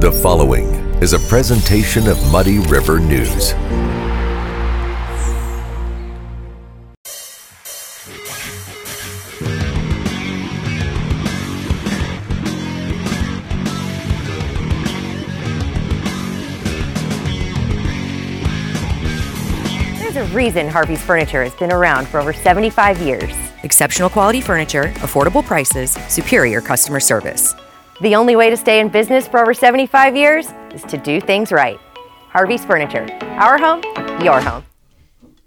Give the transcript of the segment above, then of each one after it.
The following is a presentation of Muddy River News. There's a reason Harvey's Furniture has been around for over 75 years. Exceptional quality furniture, affordable prices, superior customer service. The only way to stay in business for over 75 years is to do things right. Harvey's Furniture, our home, your home.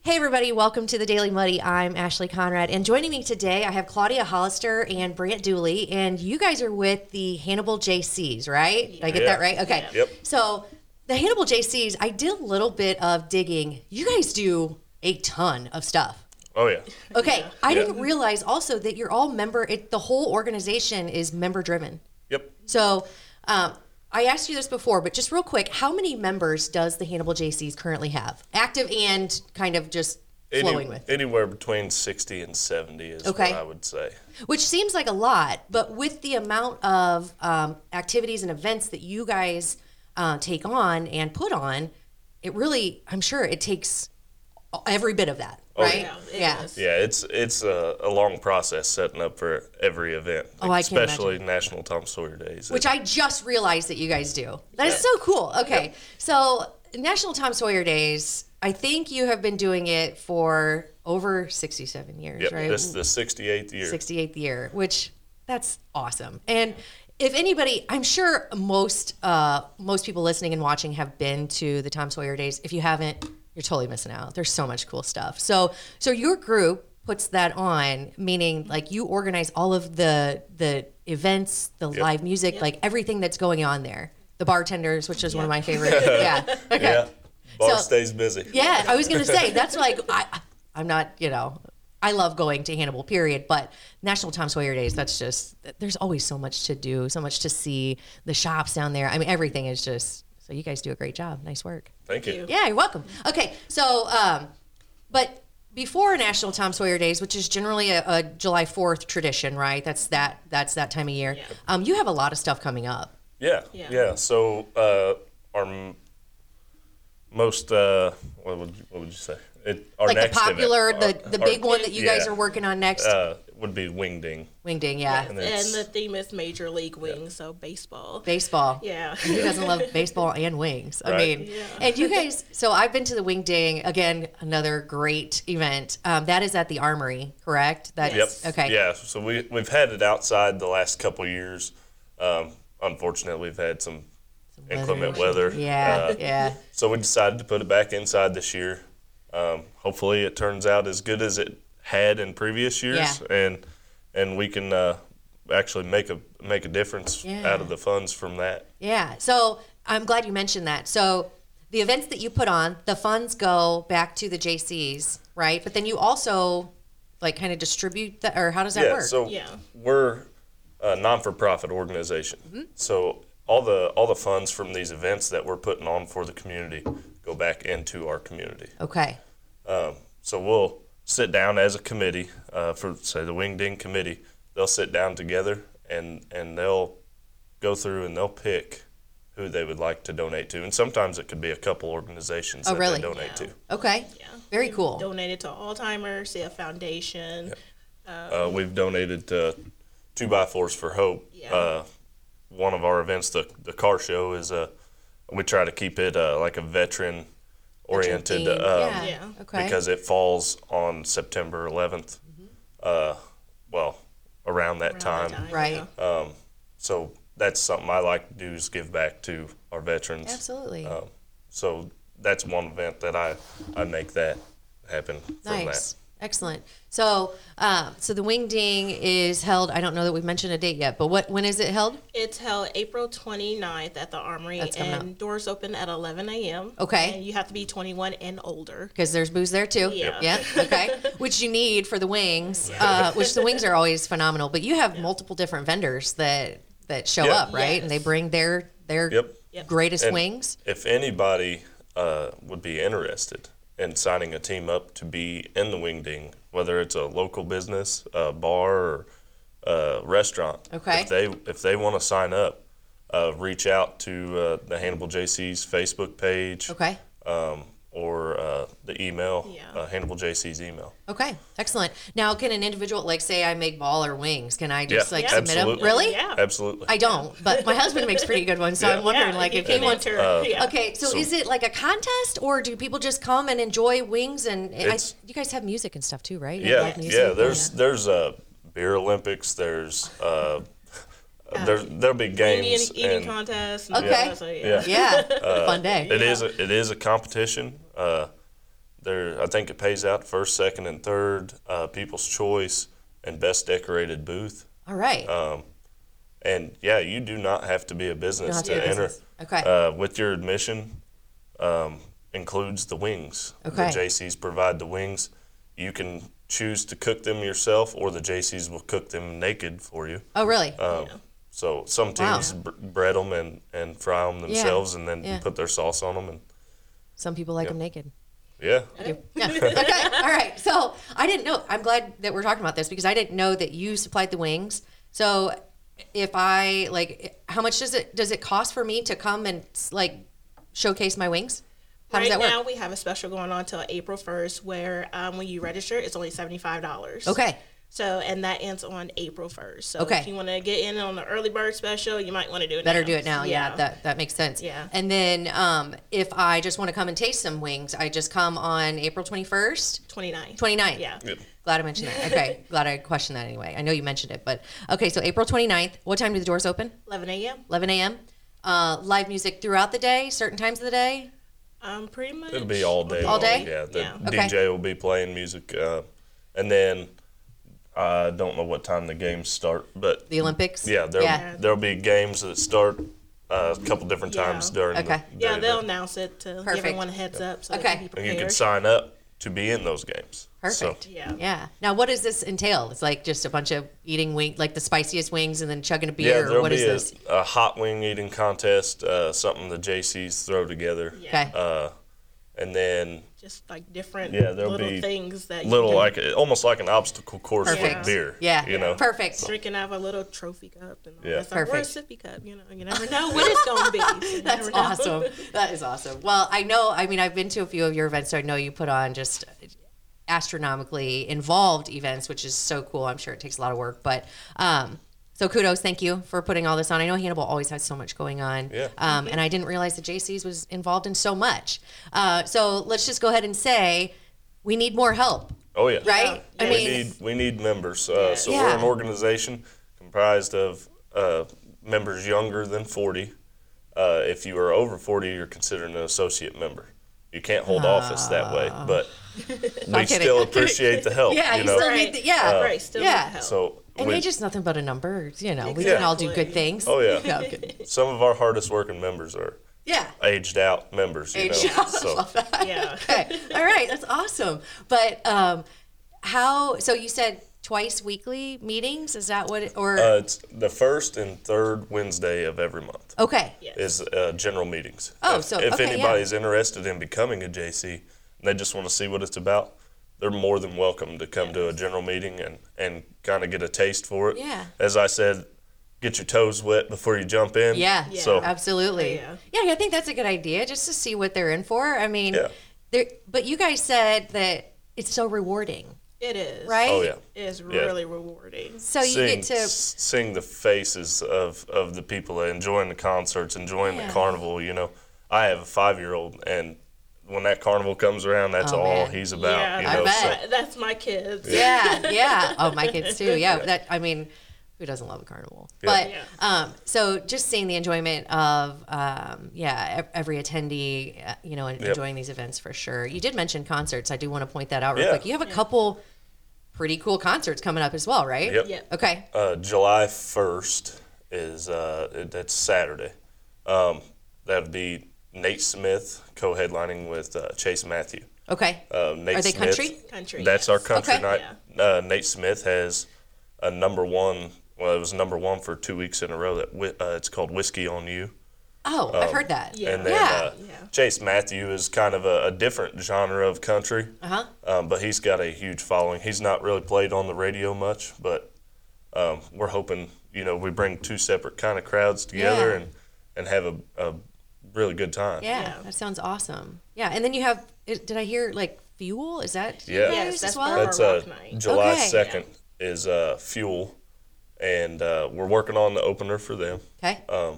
Hey, everybody, welcome to the Daily Muddy. I'm Ashley Conrad, and joining me today, I have Claudia Hollister and Brant Dooley, and you guys are with the Hannibal JCs, right? Did I get that right? Okay. Yep. So, the Hannibal JCs, I did a little bit of digging. You guys do a ton of stuff. Oh yeah. Okay. I didn't realize also that you're all member, it, the whole organization is member driven. Yep. So, um, I asked you this before, but just real quick, how many members does the Hannibal JCs currently have? Active and kind of just Any- flowing with? anywhere between sixty and seventy is Okay. what I would say. which seems like a lot, but with the amount of um, activities and events that you guys uh, take on and put on, it really, I'm sure it takes every bit of that, right? yeah. Yeah, it's it's a, a long process setting up for every event, Oh, I can imagine. especially National Tom Sawyer Days. Which I just realized that you guys do. That is so cool. Okay. So, National Tom Sawyer Days, I think you have been doing it for over 67 years, yep, right? this is the sixty eighth year. 68th year, which that's awesome. And if anybody, I'm sure most uh, most people listening and watching have been to the Tom Sawyer Days. If you haven't, you're totally missing out. There's so much cool stuff. So so your group puts that on, meaning like you organize all of the the events, the live music, like everything that's going on there. The bartenders, which is one of my favorite. yeah. Okay. Yeah, bar So- stays busy. Yeah, I was gonna say that's like I, I'm not, you know, I love going to Hannibal. Period. But National Tom Sawyer Days, that's just there's always so much to do, so much to see. The shops down there, I mean, everything is just. So you guys do a great job. Nice work. Thank you. Yeah, you're welcome. Okay, so um, but before National Tom Sawyer Days, which is generally a, a July Fourth tradition, right? That's that that's that time of year. Um, you have a lot of stuff coming up. Yeah, yeah. So uh, our m- most uh, what would you, what would you say? It, our Like the next event, uh, popular, the, our- the our- big one that you guys yeah, are working on next, uh, would be wingding. Wingding, yeah, And and it's- the theme is major league wings, so baseball. baseball. yeah. Who doesn't love baseball and wings? I Right. mean, and you guys. So I've been to the Wing Ding again, another great event. Um, that is at the Armory, correct? That's Yep. okay. Yeah. So we we've had it outside the last couple years. Um, unfortunately, we've had some, inclement weather. yeah, Uh, yeah. so we decided to put it back inside this year. Um, hopefully, it turns out as good as it had in previous years, and and we can uh, actually make a make a difference out of the funds from that. Yeah. So I'm glad you mentioned that. So the events that you put on, the funds go back to the JCs, right? But then you also like kind of distribute the, or how does that yeah, work? So Yeah. we're a non-for-profit organization. Mm-hmm. So all the all the funds from these events that we're putting on for the community go back into our community. okay. Um, so we'll sit down as a committee uh, for say the Wing Ding committee. They'll sit down together and and they'll go through and they'll pick who they would like to donate to. And sometimes it could be a couple organizations Oh, that really? they donate to. Okay. Very cool. Donated to Alzheimer's, CF Foundation. Uh, we've donated to Two by Fours for Hope. Yeah. Uh, one of our events, the the car show, is a we try to keep it uh, like a veteran oriented Theme. um, yeah. yeah. Okay. because it falls on September 11th. Uh, well, around that time. Time, right. yeah. uh, So that's something I like to do is give back to our veterans. Absolutely. So that's one event that I I make that happen from Nice. Excellent. So, uh, so the Wing Ding is held. I don't know that we've mentioned a date yet, but what when is it held? It's held April 29th at the Armory, That's coming and doors open at 11 a.m. Okay. And you have to be 21 and older. Because there's booze there too. Yeah. Yeah. Okay. which you need for the wings, uh, which the wings are always phenomenal. But you have multiple different vendors that that show Yeah. up, right? And they bring their their Yep. greatest And- wings. that. If anybody uh, would be interested in signing a team up to be in the Wingding, whether it's a local business, a bar, or a restaurant, Okay. if they if they want to sign up, uh, reach out to uh, the Hannibal JC's Facebook page Okay. um, or uh, the email, Yeah. uh, Hannibal JC's email. Okay. Excellent. Now, can an individual, like, say I make ball or wings, can I just Yeah, like Yeah. submit them? absolutely. Really? Yeah. Absolutely. I don't, but my husband makes pretty good ones, so I'm wondering, Yeah, like, you if he can wants. enter, Uh, yeah. Okay, so, is it like a contest, or do people just come and enjoy wings? And I, It's- you guys have music and stuff too, right? You yeah, like music? yeah. There's there's uh, beer Olympics. There's uh, there there'll be Eating, games. eating and contest. And Okay. all that, so, yeah. yeah, Uh, yeah, fun day. It is a, it is a competition. Uh, there, I think it pays out first, second, and third. Uh, people's choice and best decorated booth. All right. uh, And yeah, you do not have to be a business have to to, be a enter. business. Okay. Uh, with your admission, um, includes the wings. Okay. The JCs provide the wings. You can choose to cook them yourself, or the JCs will cook them naked for you. oh, really? Um, So some Wow. teams br- bread them and, and fry them themselves, and then yeah. put their sauce on them. And Some people like them naked. yeah, Yeah. okay. All right. So I didn't know. I'm glad that we're talking about this because I didn't know that you supplied the wings. So if I like, how much does it does it cost for me to come and like showcase my wings? How Right does that now, work? we have a special going on till April 1st where um, when you register, it's only $75. Okay. So, and that ends on April 1st. So, Okay. if you want to get in on the early bird special, you might want to do it Better now. do it now. Yeah. That that makes sense. Yeah. And then um, if I just want to come and taste some wings, I just come on April 21st. 29. 29th. Yeah. Glad I mentioned that. Okay. Glad I questioned that anyway. I know you mentioned it, but okay. So April 29th. What time do the doors open? 11 a.m. 11 a.m. Uh, live music throughout the day, certain times of the day. Um, pretty much. It'll be all day. All long, day? Yeah, the Yeah. Okay. DJ will be playing music, uh, and then I don't know what time the games start, but The Olympics. yeah, there Yeah. there'll be games that start uh, a couple different Yeah. times during. Okay. The day Yeah, they'll that- announce it to Perfect. give everyone a heads up so Okay. they can be and you can prepared. sign up to be in those games. So, Perfect. Yeah. Yeah. Now, what does this entail? It's like just a bunch of eating wing, like the spiciest wings, and then chugging a yeah, beer. or there'll what be is this? a, a hot wing eating contest, uh, something the JCs throw together. Okay. Uh, and then Just like different Yeah, there'll little be things that little you can, like a- almost like an obstacle course Perfect. with beer. yeah. You know. Perfect. drinking out of a little trophy cup and all Yeah. that stuff. Or a Perfect. sippy cup, you know. You never know what it's going to be. So you That's never know. awesome. That is awesome. Well, I know. I mean, I've been to a few of your events, so I know you put on just astronomically involved events, which is so cool. I'm sure it takes a lot of work, but um, so kudos, thank you for putting all this on. I know Hannibal always has so much going on, Yeah. um, and I didn't realize that JC's was involved in so much. Uh, so let's just go ahead and say we need more help, Oh yeah. right? I we mean, need we need members. Uh, so Yeah. we're an organization comprised of uh, members younger than 40. Uh, if you are over 40, you're considered an associate member. You can't hold office that way, Ah. but we kidding. still appreciate the help. yeah, you, you know. still Right. need, the, yeah, right, still yeah. need help. so And we, they just nothing but a number, you know. We can all do good Exactly. things. oh yeah, okay. some of our hardest working members are yeah. aged out members. You Aged know? out. So uh, Yeah. okay. All right. That's awesome. But um, how? So you said twice weekly meetings? Is that what? It, or uh, it's the first and third Wednesday of every month. okay. is uh, general meetings. Oh, if, so- if okay, yeah. anybody's interested in becoming a JC and they just want to see what it's about, they're more than welcome to come to a general meeting and, and kind of get a taste for it. Yeah. As I said, get your toes wet before you jump in. Yeah. Uh, So Absolutely. Oh, yeah. I think that's a good idea, just to see what they're in for. I mean, Yeah. there. But you guys said that it's so rewarding, It is. right? Oh yeah. It is really rewarding. So you seeing, get to. s- seeing the faces of, of the people enjoying the concerts, enjoying the carnival, you know. I have a five year old and when that carnival comes around, that's Oh, all man. he's about. Yeah, you I know, bet. so- But that's my kids. yeah, yeah. Oh, my kids too. Yeah, that I mean, who doesn't love a carnival? But Yeah. um, so just seeing the enjoyment of um, yeah ev- every attendee, uh, you know, and enjoying these events for sure. You did mention concerts. I do want to point that out real Yeah. quick. You have a couple pretty cool concerts coming up as well, right? Yep. Yep. Okay. Uh, July 1st is uh, it- that's Saturday. Um, that'd be Nate Smith co-headlining with uh, Chase Matthew. Okay. Uh, Nate Are they Smith, country? Country, That's our country Okay. night. Uh, Nate Smith has a number one. Well, it was number one for two weeks in a row. That whi- uh, it's called Whiskey on You. Oh, um, I've heard that. yeah. And then uh, Yeah. Chase Matthew is kind of a, a different genre of country, uh-huh. um, but he's got a huge following. He's not really played on the radio much, but um, we're hoping you know we bring two separate kind of crowds together Yeah. and and have a, a really good time. Yeah, that sounds awesome. Yeah, and then you have. Is, did I hear like fuel? Is that Yeah. used Yes, as that's well? part of That's Or uh, rock night. July Okay. 2nd is uh, Fuel, and uh, we're working on the opener for them. okay. Um,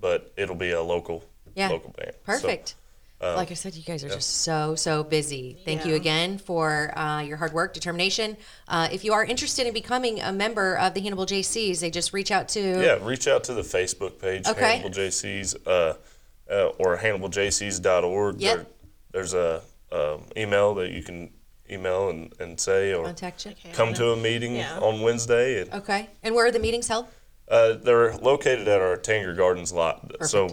but it'll be a local Yeah. local band. So, uh, Perfect. like I said, you guys are just so, so busy. Thank you Yeah. again for uh, your hard work, determination. Uh, if you are interested in becoming a member of the Hannibal JCs, they just reach out to. yeah, reach out to the Facebook page, Okay. Hannibal JCs, uh, uh, or HannibalJCs.org. Yep. There, there's a um, email that you can email and, and say, or Contact you. Okay, come to a meeting Yeah. on Wednesday. And, Okay. And where are the meetings held? Uh, they're located at our Tanger Gardens lot. So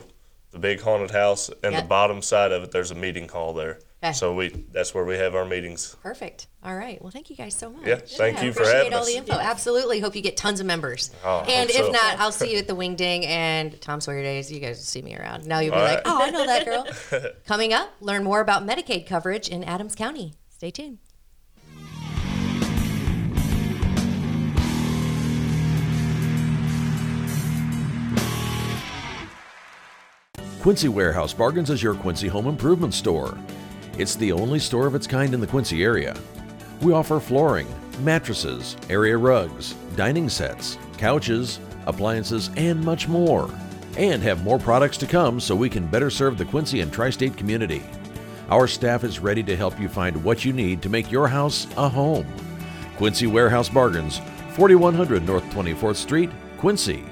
the big haunted house and Yeah. the bottom side of it, there's a meeting hall there. Okay. So we that's where we have our meetings. Perfect. All right. Well, thank you guys so much. Yeah, thank you for appreciate having all us. the info. Absolutely. Hope you get tons of members. Oh, I and hope if so. not, I'll see you at the Wing Ding and Tom Sawyer Days. You guys will see me around. Now you'll be All like, right. oh, I know that girl. Coming up, learn more about Medicaid coverage in Adams County. Stay tuned. Quincy Warehouse Bargains is your Quincy home improvement store. It's the only store of its kind in the Quincy area. We offer flooring, mattresses, area rugs, dining sets, couches, appliances, and much more. And have more products to come so we can better serve the Quincy and tri state community. Our staff is ready to help you find what you need to make your house a home. Quincy Warehouse Bargains, 4100 North 24th Street, Quincy.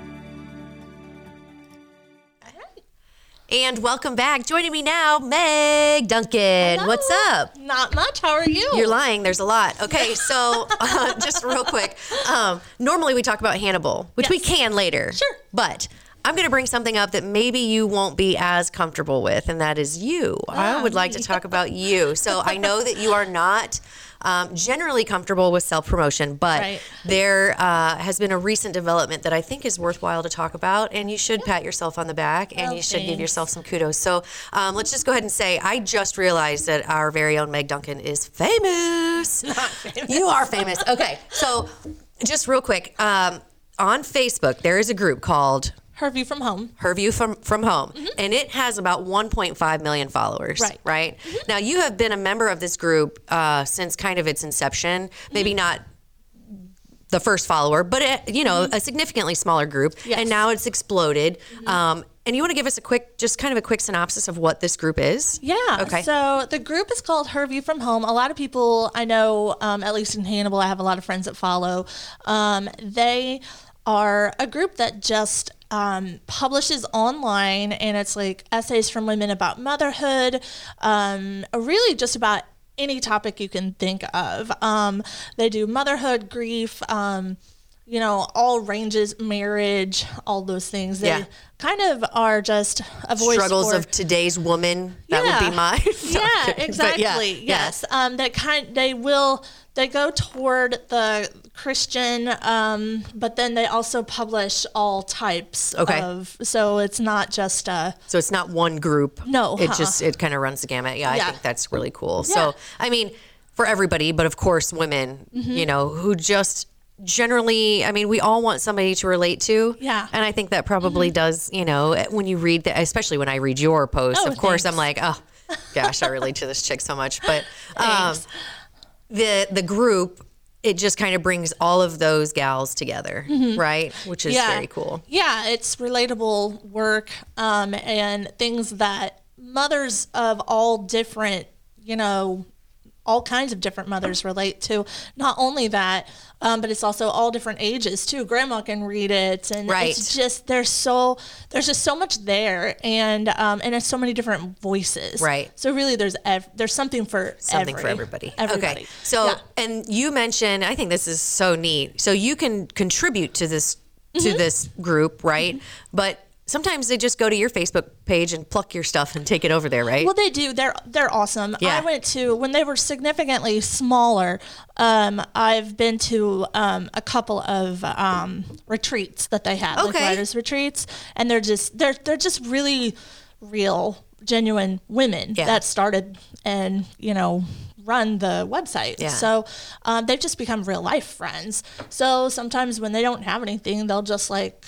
And welcome back. Joining me now, Meg Duncan. What's up? Not much. How are you? You're lying. There's a lot. Okay, so uh, just real quick. Um, normally we talk about Hannibal, which we can later. Sure. But I'm going to bring something up that maybe you won't be as comfortable with, and that is you. I would like to talk about you. So I know that you are not. Um, generally comfortable with self promotion, but Right. there uh, has been a recent development that I think is worthwhile to talk about, and you should pat yourself on the back and Oh, you should give thanks. yourself some kudos. So um, let's just go ahead and say I just realized that our very own Meg Duncan is famous. You are famous. Okay, so just real quick um, on Facebook, there is a group called Hervey from home. Mm-hmm. her view from from home and it has about 1.5 million followers Right. Mm-hmm. right now you have been a member of this group uh, since kind of its inception maybe Mm-hmm. not the first follower but it, you Mm-hmm. know a significantly smaller group and now it's exploded um, and you want to give us a quick just kind of a quick synopsis of what this group is Yeah. okay So the group is called Her View from Home. A lot of people I know, um, at least in Hannibal, I have a lot of friends that follow. Um, they are a group that just um, publishes online, and it's like essays from women about motherhood, um, really just about any topic you can think of. Um, they do motherhood, grief. Um, you know, all ranges, marriage, all those things. They Yeah. kind of are just a voice struggles for- of today's woman that would be mine No, I'm yeah, kidding. But exactly. yeah, yeah. Yes. Um, that kind they will they go toward the Christian, um, but then they also publish all types Okay. of so it's not just a So it's not one group. No, it uh-uh. just it kind of runs the gamut. Yeah, I Yeah. think that's really cool. Yeah. So I mean, for everybody, but of course, women. Mm-hmm. You know, who just generally, I mean, we all want somebody to relate to. Yeah. Mm-hmm. and I think that probably does. You know, eh, when you read that, especially when I read your post, Oh, of course, I'm thanks. like, oh, gosh, I relate to this chick so much. But um, the the group. It just kind of brings all of those gals together, right? Which is Mm-hmm. yeah. very cool. Yeah, it's relatable work um, and things that mothers of all different, you know, all kinds of different mothers relate to. Not only that, um, but it's also all different ages too. Grandma can read it, and Right. it's just there's so there's just so much there, and um, and it's so many different voices. Right. So really, there's ev- there's something for something every- for everybody. Everybody. Okay. So, Yeah. and you mentioned, I think this is so neat. So you can contribute to this to Mm-hmm. this group, right? But sometimes they just go to your Facebook page and pluck your stuff and take it over there, right? Well, they do. They're they're awesome. Yeah. I went to when they were significantly smaller. Um, I've been to um, a couple of um, retreats that they have, Okay. like writers retreats, and they're just they're they're just really real, genuine women Yeah. that started and you know run the website. Yeah. So um, they've just become real life friends. So sometimes when they don't have anything, they'll just like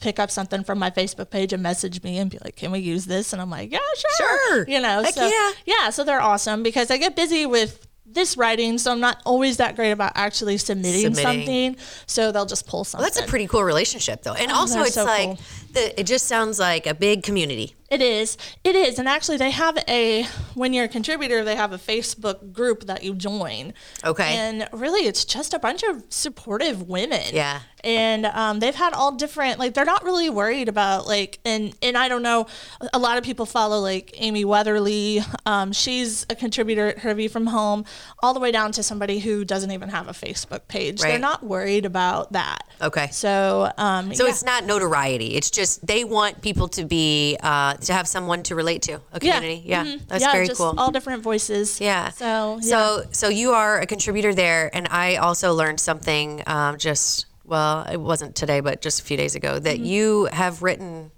pick up something from my Facebook page and message me and be like, "Can we use this?" And I'm like, "Yeah, sure." Sure. You know, Heck so yeah. so they're awesome because I get busy with this writing, so I'm not always that great about actually submitting, Submitting. something. So they'll just pull something. Well, that's a pretty cool relationship, though. And also, they're it's Oh, so like cool. the, it just sounds like a big community. It is. It is. And actually, they have a, when you're a contributor, they have a Facebook group that you join. Okay. And really, it's just a bunch of supportive women. Yeah. And um, they've had all different, like, they're not really worried about, like, and, and I don't know, a lot of people follow, like, Amy Weatherly. Um, she's a contributor at Hervey from Home, all the way down to somebody who doesn't even have a Facebook page. They're Right. not worried about that. Okay. So, um, So yeah. it's not notoriety. It's just they want people to be uh, to have someone to relate to a community. Yeah, Mhm. that's yeah, very just cool. All different voices. yeah. So yeah. so so you are a contributor there, and I also learned something um, just well, it wasn't today, but just a few days ago that Mm-hmm. you have written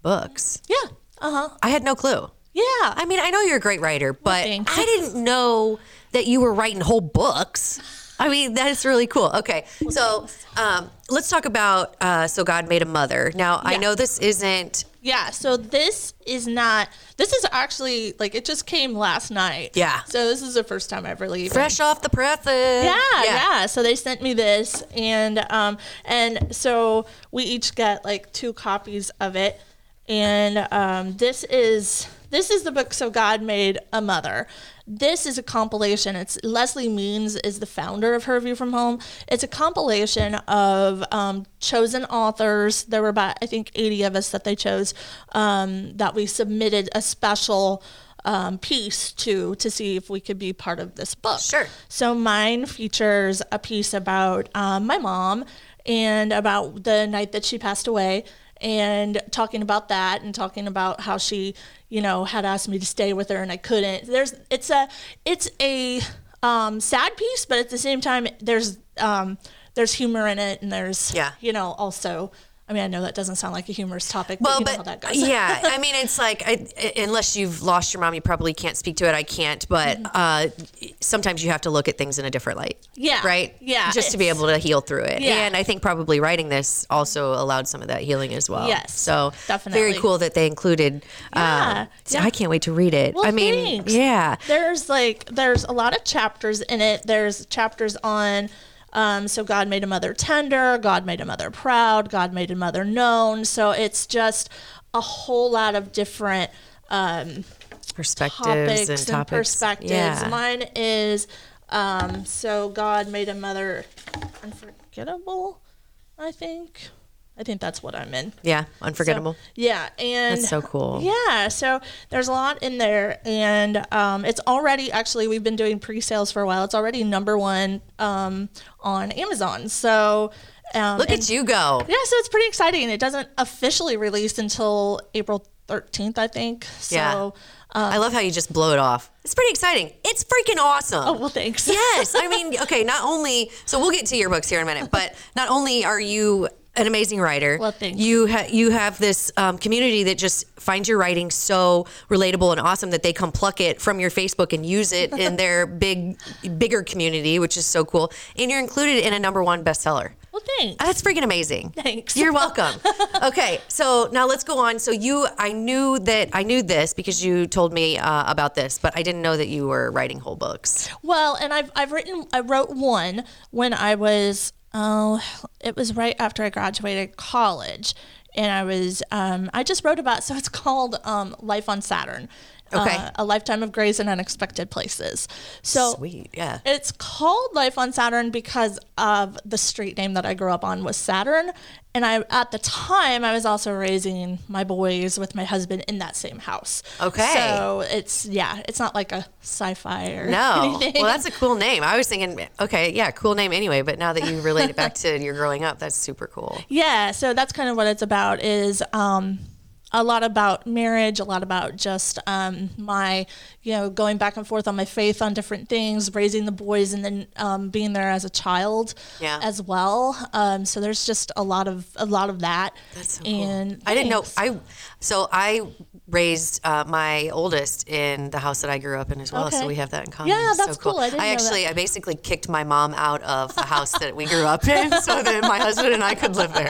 books. yeah. Uh huh. I had no clue. Yeah. I mean, I know you're a great writer, but thanks. I didn't know that you were writing whole books. I mean, that is really cool. Okay, so um, let's talk about uh, so God made a mother. Now I Yeah. know this isn't yeah. So this is not. This is actually like it just came last night. Yeah. So this is the first time I've really even- fresh off the presses. Yeah, yeah, So they sent me this, and um, and so we each got like two copies of it, and um, this is this is the book. So God made a mother. This is a compilation. It's Leslie Means is the founder of Her View from Home. It's a compilation of um, chosen authors. There were about I think eighty of us that they chose um, that we submitted a special um, piece to to see if we could be part of this book. Sure. So mine features a piece about um, my mom and about the night that she passed away and talking about that and talking about how she, you know, had asked me to stay with her and I couldn't. There's it's a it's a um, sad piece, but at the same time there's um, there's humor in it and there's Yeah. you know also I mean I know that doesn't sound like a humorous topic, but Well, you know but how that goes. yeah, I mean, it's like I, I- unless you've lost your mom, you probably can't speak to it. I can't, but Mm-hmm. uh, sometimes you have to look at things in a different light. Yeah, right. yeah, just to be it's- able to heal through it. Yeah. And I think probably writing this also allowed some of that healing as well. Yes, so very definitely. cool that they included. Yeah, um, so yeah. I can't wait to read it. Well, I mean, thanks. yeah, There's like there's a lot of chapters in it. There's chapters on um, so God made a mother tender, God made a mother proud, God made a mother known. So it's just a whole lot of different um, perspectives topics and and, topics. perspectives. Yeah. Mine is um, so God made a mother unforgettable. I think. I think that's what I'm in. yeah, unforgettable. So, yeah, and That's so cool. Yeah, so there's a lot in there, and um, it's already actually we've been doing pre-sales for a while. It's already number one um, on Amazon. So um, Look and- at you go. Yeah, so it's pretty exciting. It doesn't officially release until April 13th, I think. So, um, Yeah. I love how you just blow it off. It's pretty exciting. It's freaking awesome. Oh, well, thanks. yes. I mean, okay, not only, so we'll get to your books here in a minute, but not only are you an amazing writer, Well, thanks. you, ha- you have this um, community that just finds your writing so relatable and awesome that they come pluck it from your Facebook and use it in their big, bigger community, which is so cool. And you're included in a number one bestseller. Well, thanks. That's freaking amazing. Thanks. You're welcome. okay, so now let's go on. So you, I knew that I knew this because you told me uh, about this, but I didn't know that you were writing whole books. Well, and I've I've written I wrote one when I was oh it was right after I graduated college, and I was um, I just wrote about so it's called um, Life on Saturn, Okay. uh, a lifetime of grace in unexpected places. So Sweet, yeah. it's called Life on Saturn because of the street name that I grew up on was Saturn. And I, at the time, I was also raising my boys with my husband in that same house. Okay. So it's, yeah, it's not like a sci fi or No, anything. well, that's a cool name. I was thinking, okay, yeah, cool name anyway. But now that you relate it back to your growing up, that's super cool. yeah. So that's kind of what it's about is, um, a lot about marriage, a lot about just um, my, you know, going back and forth on my faith on different things, raising the boys, and then um, being there as a child Yeah. as well. Um, so there's just a lot of a lot of that. That's so cool. and I didn't know. thanks. I so I raised uh, my oldest in the house that I grew up in as well. So Okay. we have that in common. Yeah, It's so that's cool. I didn't know that. actually, I basically kicked my mom out of the house that we grew up in, so that my husband and I could live there.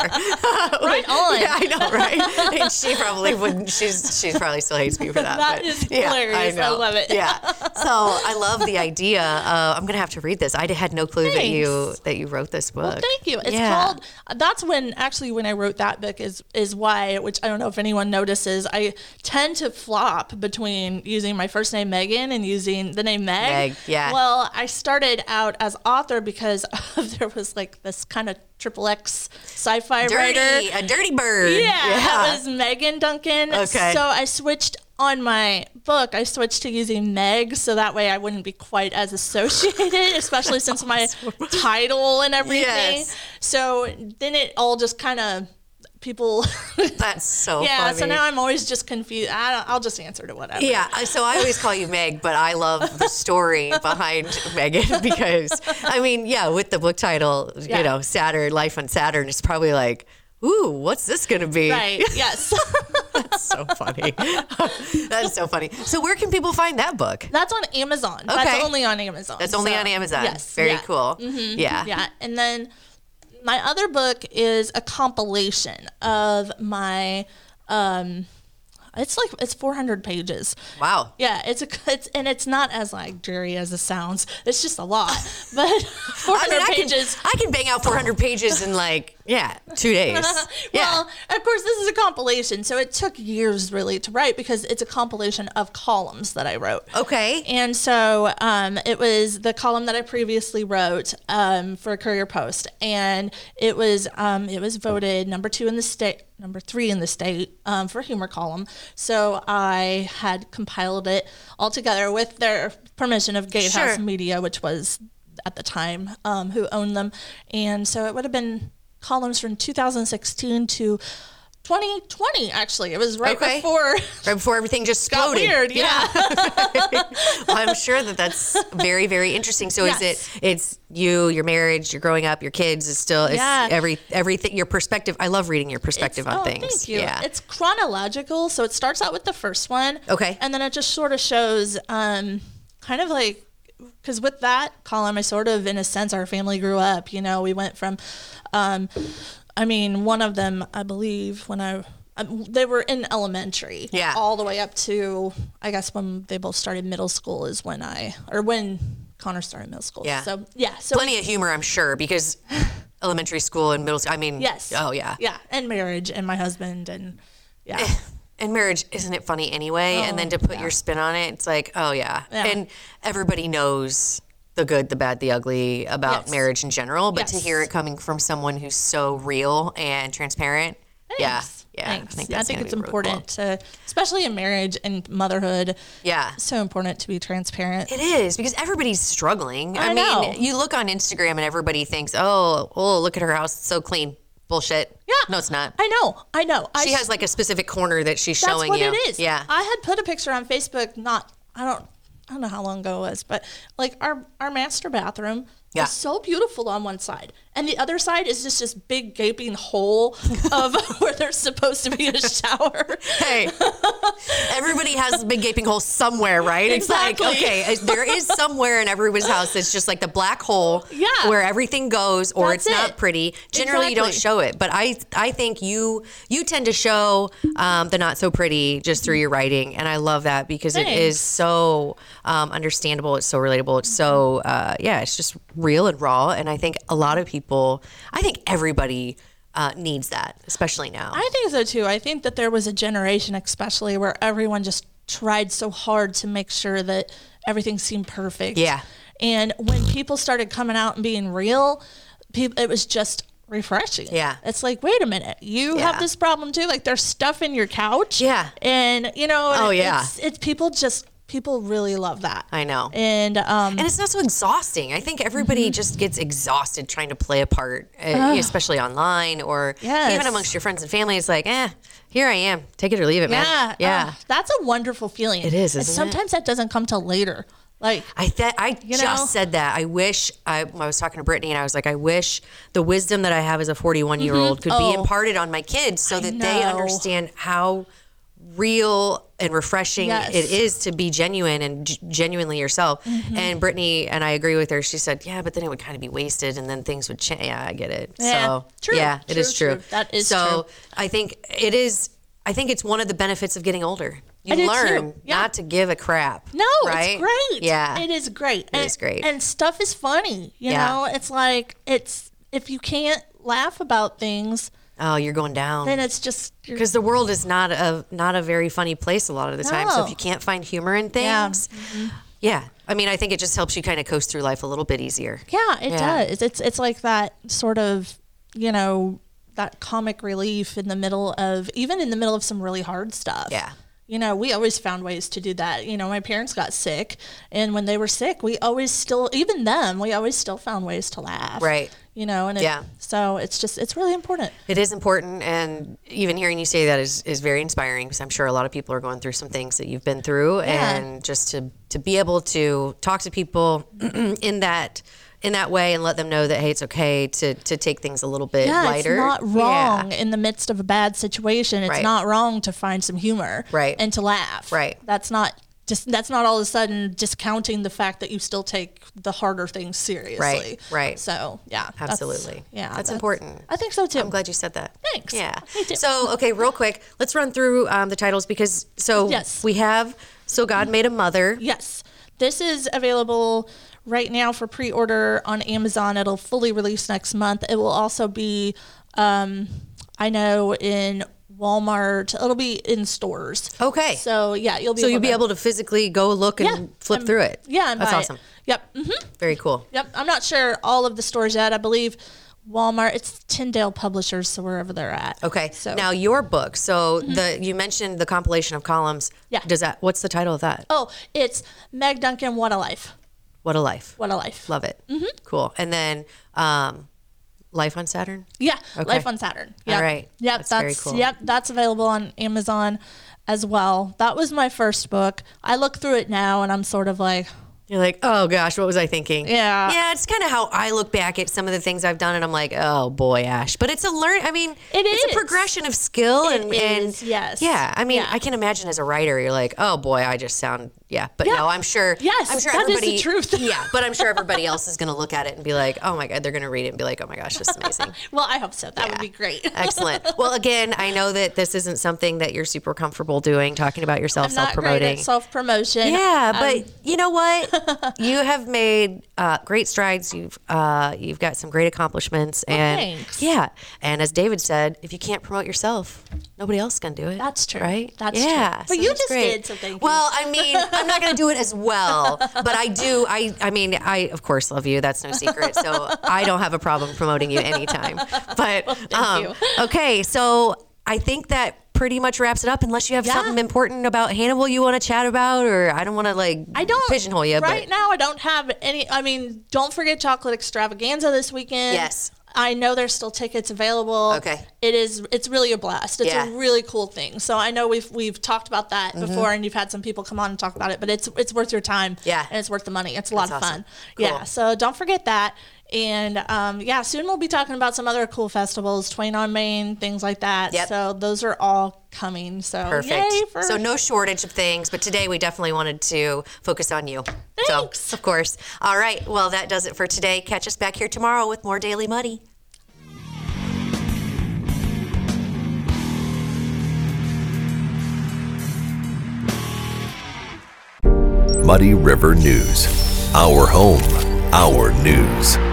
right on. Yeah, I know, right? and she probably wouldn't. She's she probably still hates me for that. That but is yeah, hilarious. I know. love it. Yeah. So I love the idea. Uh, I'm gonna have to read this. I had no clue that you that you wrote this book. Thank you. It's Yeah. called. That's when actually when I wrote that book is is why which I don't know if anyone notices. I tend to flop between using my first name Megan and using the name Meg. Meg, yeah. Well, I started out as author because there was like this kind of triple X sci-fi Dirty, writer. a dirty bird. Yeah, that was Megan Duncan. Okay. So I switched on my book. I switched to using Meg, so that way I wouldn't be quite as associated, especially since my title and everything. Yes. So then it all just kind of people. That's so yeah. Oh, funny. So now I'm always just confused. I don't, I'll just answer to whatever. yeah, I- so I always call you Meg, but I love the story behind Megan because, I mean, yeah, with the book title, Yeah. you know, Saturn, Life on Saturn, it's probably like, ooh, what's this going to be? Right. Yes. That's so funny. That's so funny. So, where can people find that book? That's on Amazon. Okay. That's only on Amazon. That's only So, on Amazon. Yes. Very yeah. Mm-hmm. cool. Yeah. Yeah. And then my other book is a compilation of my um it's like it's 400 pages. Wow. Yeah, it's a it's and it's not as like dreary as it sounds. It's just a lot. But 400 I mean, I can, pages. I can bang out 400 pages in like, yeah, two days. Yeah. Well, of course, this is a compilation, so it took years really to write because it's a compilation of columns that I wrote. okay. And so um, it was the column that I previously wrote um, for Courier Post, and it was um, it was voted number two in the state, number three in the state um, for humor column. So I had compiled it all together with their permission of Gatehouse Sure. Media, which was at the time um, who owned them, and so it would have been columns from 2016 to 2020. Actually, it was right Okay. before. Right before everything just Got exploded. weird, yeah. Well, I'm sure that that's very, very interesting. So Yes. is it? It's you, your marriage, your growing up, your kids. It's still it's Yeah. every everything. Your perspective. I love reading your perspective It's- on oh, things. Thank you. Yeah. It's chronological, so it starts out with the first one. Okay. And then it just sort of shows, um, kind of like, because with that column, I sort of, in a sense, our family grew up. You know, we went from, um, I mean, one of them, I believe, when I. Um, they were in elementary, Yeah. all the way up to I guess when they both started middle school is when I or when Connor started middle school. Yeah. So yeah, so Plenty of humor, I'm sure, because elementary school and middle school. I mean, yes. Oh yeah. yeah, and marriage and my husband and yeah. And marriage isn't it funny anyway? and then to put your spin on it, it's like, oh yeah. Oh, Yeah. And everybody knows the good, the bad, the ugly about Yes. marriage in general, but to Yes. hear it coming from someone who's so real and transparent, Thanks. yeah, yeah, Thanks. I think, that's gonna it's be really cool. important to, especially in marriage and motherhood. Yeah. So important to be transparent. It is because everybody's struggling. I, I mean, know. you look on Instagram and everybody thinks, "Oh, oh, look at her house, it's so clean." Bullshit. Yeah. No, it's not. I know. I know. I she has like a specific corner that she's that's showing what you. it is. Yeah. I had put a picture on Facebook. Not. I don't. I don't know how long ago it was, but like our our master bathroom Yeah. is so beautiful on one side, and the other side is just this big gaping hole of where there's supposed to be a shower. hey, everybody has a big gaping hole somewhere, right? It's like, Exactly. okay, uh, there is somewhere in everybody's house that's just like the black hole Yeah. where everything goes or That's it's not it. pretty. Generally, you don't Exactly. show it, but I I think you you tend to show um, the not so pretty just through your writing, and I love that because it is Thanks. so um, understandable. It's so relatable. It's so Mm-hmm. uh, yeah, it's just real and raw, and I think a lot of people, I think everybody. Uh, needs that, especially now. I think so too. I think that there was a generation, especially, where everyone just tried so hard to make sure that everything seemed perfect. Yeah. And when people started coming out and being real, people, it was just refreshing. Yeah. It's like, wait a minute, you Yeah. have this problem too. Like, there's stuff in your couch. Yeah. And you know, Oh, it- yeah. it's, it's people just people really love that. I know. And um, Mm-hmm. and it's not so exhausting. I think everybody just gets exhausted trying to play a part, uh, especially online or Yes. even amongst your friends and family. It's like, eh, here I am. Take it or leave it, yeah, man. Yeah. ah, that's a wonderful feeling. It is, And isn't it? sometimes that doesn't come till later. Like I th- I just know? said that. I wish I, I was talking to Brittany and I was like, I wish the wisdom that I have as a 41 year old could be Oh. imparted on my kids so that they know. understand how real and refreshing Yes. it is to be genuine and g- genuinely yourself. Mm-hmm. And Brittany and I agree with her. She said, Yeah, but then it would kind of be wasted and then things would change. Yeah, I get it. Yeah. So True. yeah, it is True, true. true. That is so true. I think it is. I think it's one of the benefits of getting older. You I do too. learn Yeah. not to give a crap. No, right? it's great. Yeah, It is great. It is It is great. And stuff is funny. You Yeah. know, it's like it's if you can't laugh about things, Oh, you're going then down. it's just you're- Because the world is not a not a very funny place a lot of the time. So No. if you can't find humor in Yeah. Mm-hmm. things, yeah. I mean, I think it just helps you kind of coast through life a little bit easier. yeah, it Yeah. does. It's it's like that sort of you know that comic relief in the middle of even in the middle of some really hard stuff. Yeah. You know, we always found ways to do that. You know, my parents got sick, and when they were sick, we always still, even them, we always still found ways to laugh. Right. You know, and it, Yeah. so it's just, it's really important. It is important, and even hearing you say that is, is very inspiring because I'm sure a lot of people are going through some things that you've been through, Yeah. and just to to be able to talk to people in that in that way and let them know that hey, it's okay to to take things a little bit yeah, lighter. It's not Yeah. wrong in the midst of a bad situation. It's Right. not wrong to find some humor Right. and to laugh. Right. That's not just that's not all of a sudden discounting the fact that you still take the harder things seriously. right. So yeah. that's- Absolutely. yeah. That's important. I think so too. I'm glad you said that. Thanks. Yeah. Me too. So, okay, real quick, let's run through um, the titles because so Yes. we have So God Made a Mother. Yes. This is available right now for pre order on Amazon. It'll fully release next month. It will also be, um, I know, in Walmart. It'll be in stores. Okay. So, So, yeah, you'll be you'll be able to physically go look and Yeah, flip and- through it. Yeah, and That's buy it. awesome. Yep. hmm Very cool. Yep. I'm not sure all of the stores yet. I believe Walmart, it's Tyndale Publishers, so wherever they're at. Okay. So Mm-hmm. Now your book. So the you mentioned the compilation of columns. Yeah. Does that what's the title of that? Oh, it's Meg Duncan, What a Life. What a life. What a Mm-hmm. Life. Love it. Cool. And then um, Life on Saturn. Yeah, Okay. Life on Saturn. All Yep. right. Yep, That's that's, very cool. yep, that's available on Amazon as well. That was my first book. I look through it now and I'm sort of like, You're like, oh gosh, what was I thinking? Yeah. Yeah, it's kind of how I look back at some of the things I've done, and I'm like, oh boy, Ash. But it's a learn. I mean, It it's is. a progression of skill, It and, is, and yes. yeah. I mean, Yeah. I can imagine as a writer, you're like, oh boy, I just sound yeah. But Yeah. no, I'm sure. Yes, I'm sure that is everybody. the truth. yeah, but I'm sure everybody else is gonna look at it and be like, oh my god, they're gonna read it and be like, oh my gosh, this is amazing. well, I hope so. That would be great. Excellent. Well, again, I know that this isn't something that you're super comfortable doing, talking about yourself, I'm self not great promoting. at self promotion. Yeah, but um, you know what? you have made uh, great strides. You've uh, you've got some great accomplishments, and thanks. yeah. And as David said, if you can't promote yourself, nobody else can do it. That's true. right? That's true. yeah. But you that's just did, so thank you. Well, I mean, I'm not going to do it as well, but I do. I I mean, I of course love you. That's no secret. So I don't have a problem promoting you anytime. But um, you. okay, so I think that. Pretty much wraps it up, unless you have Yeah. something important about Hannibal you want to chat about, or I don't want to like I don't pigeonhole you. right but now. I don't have any. I mean, don't forget Chocolate Extravaganza this weekend. Yes. I know there's still tickets available. Okay. it is. It's really a blast. It's Yeah. Mm-hmm. a really cool thing. So I know we've we've talked about that before, and you've had some people come on and talk about it. But it's it's worth your time. Yeah. and it's worth the money. It's a lot That's of awesome. fun. Yeah. So don't forget that. And um, yeah, soon we'll be talking about some other cool festivals, Twain on Main, things like that. Yep. So those are all coming. So Perfect. yay for so no shortage of things, but today we definitely wanted to focus on you. Thanks. So, of course. All right. Well, that does it for today. Catch us back here tomorrow with more Daily Muddy. Muddy River News. Our home, our news.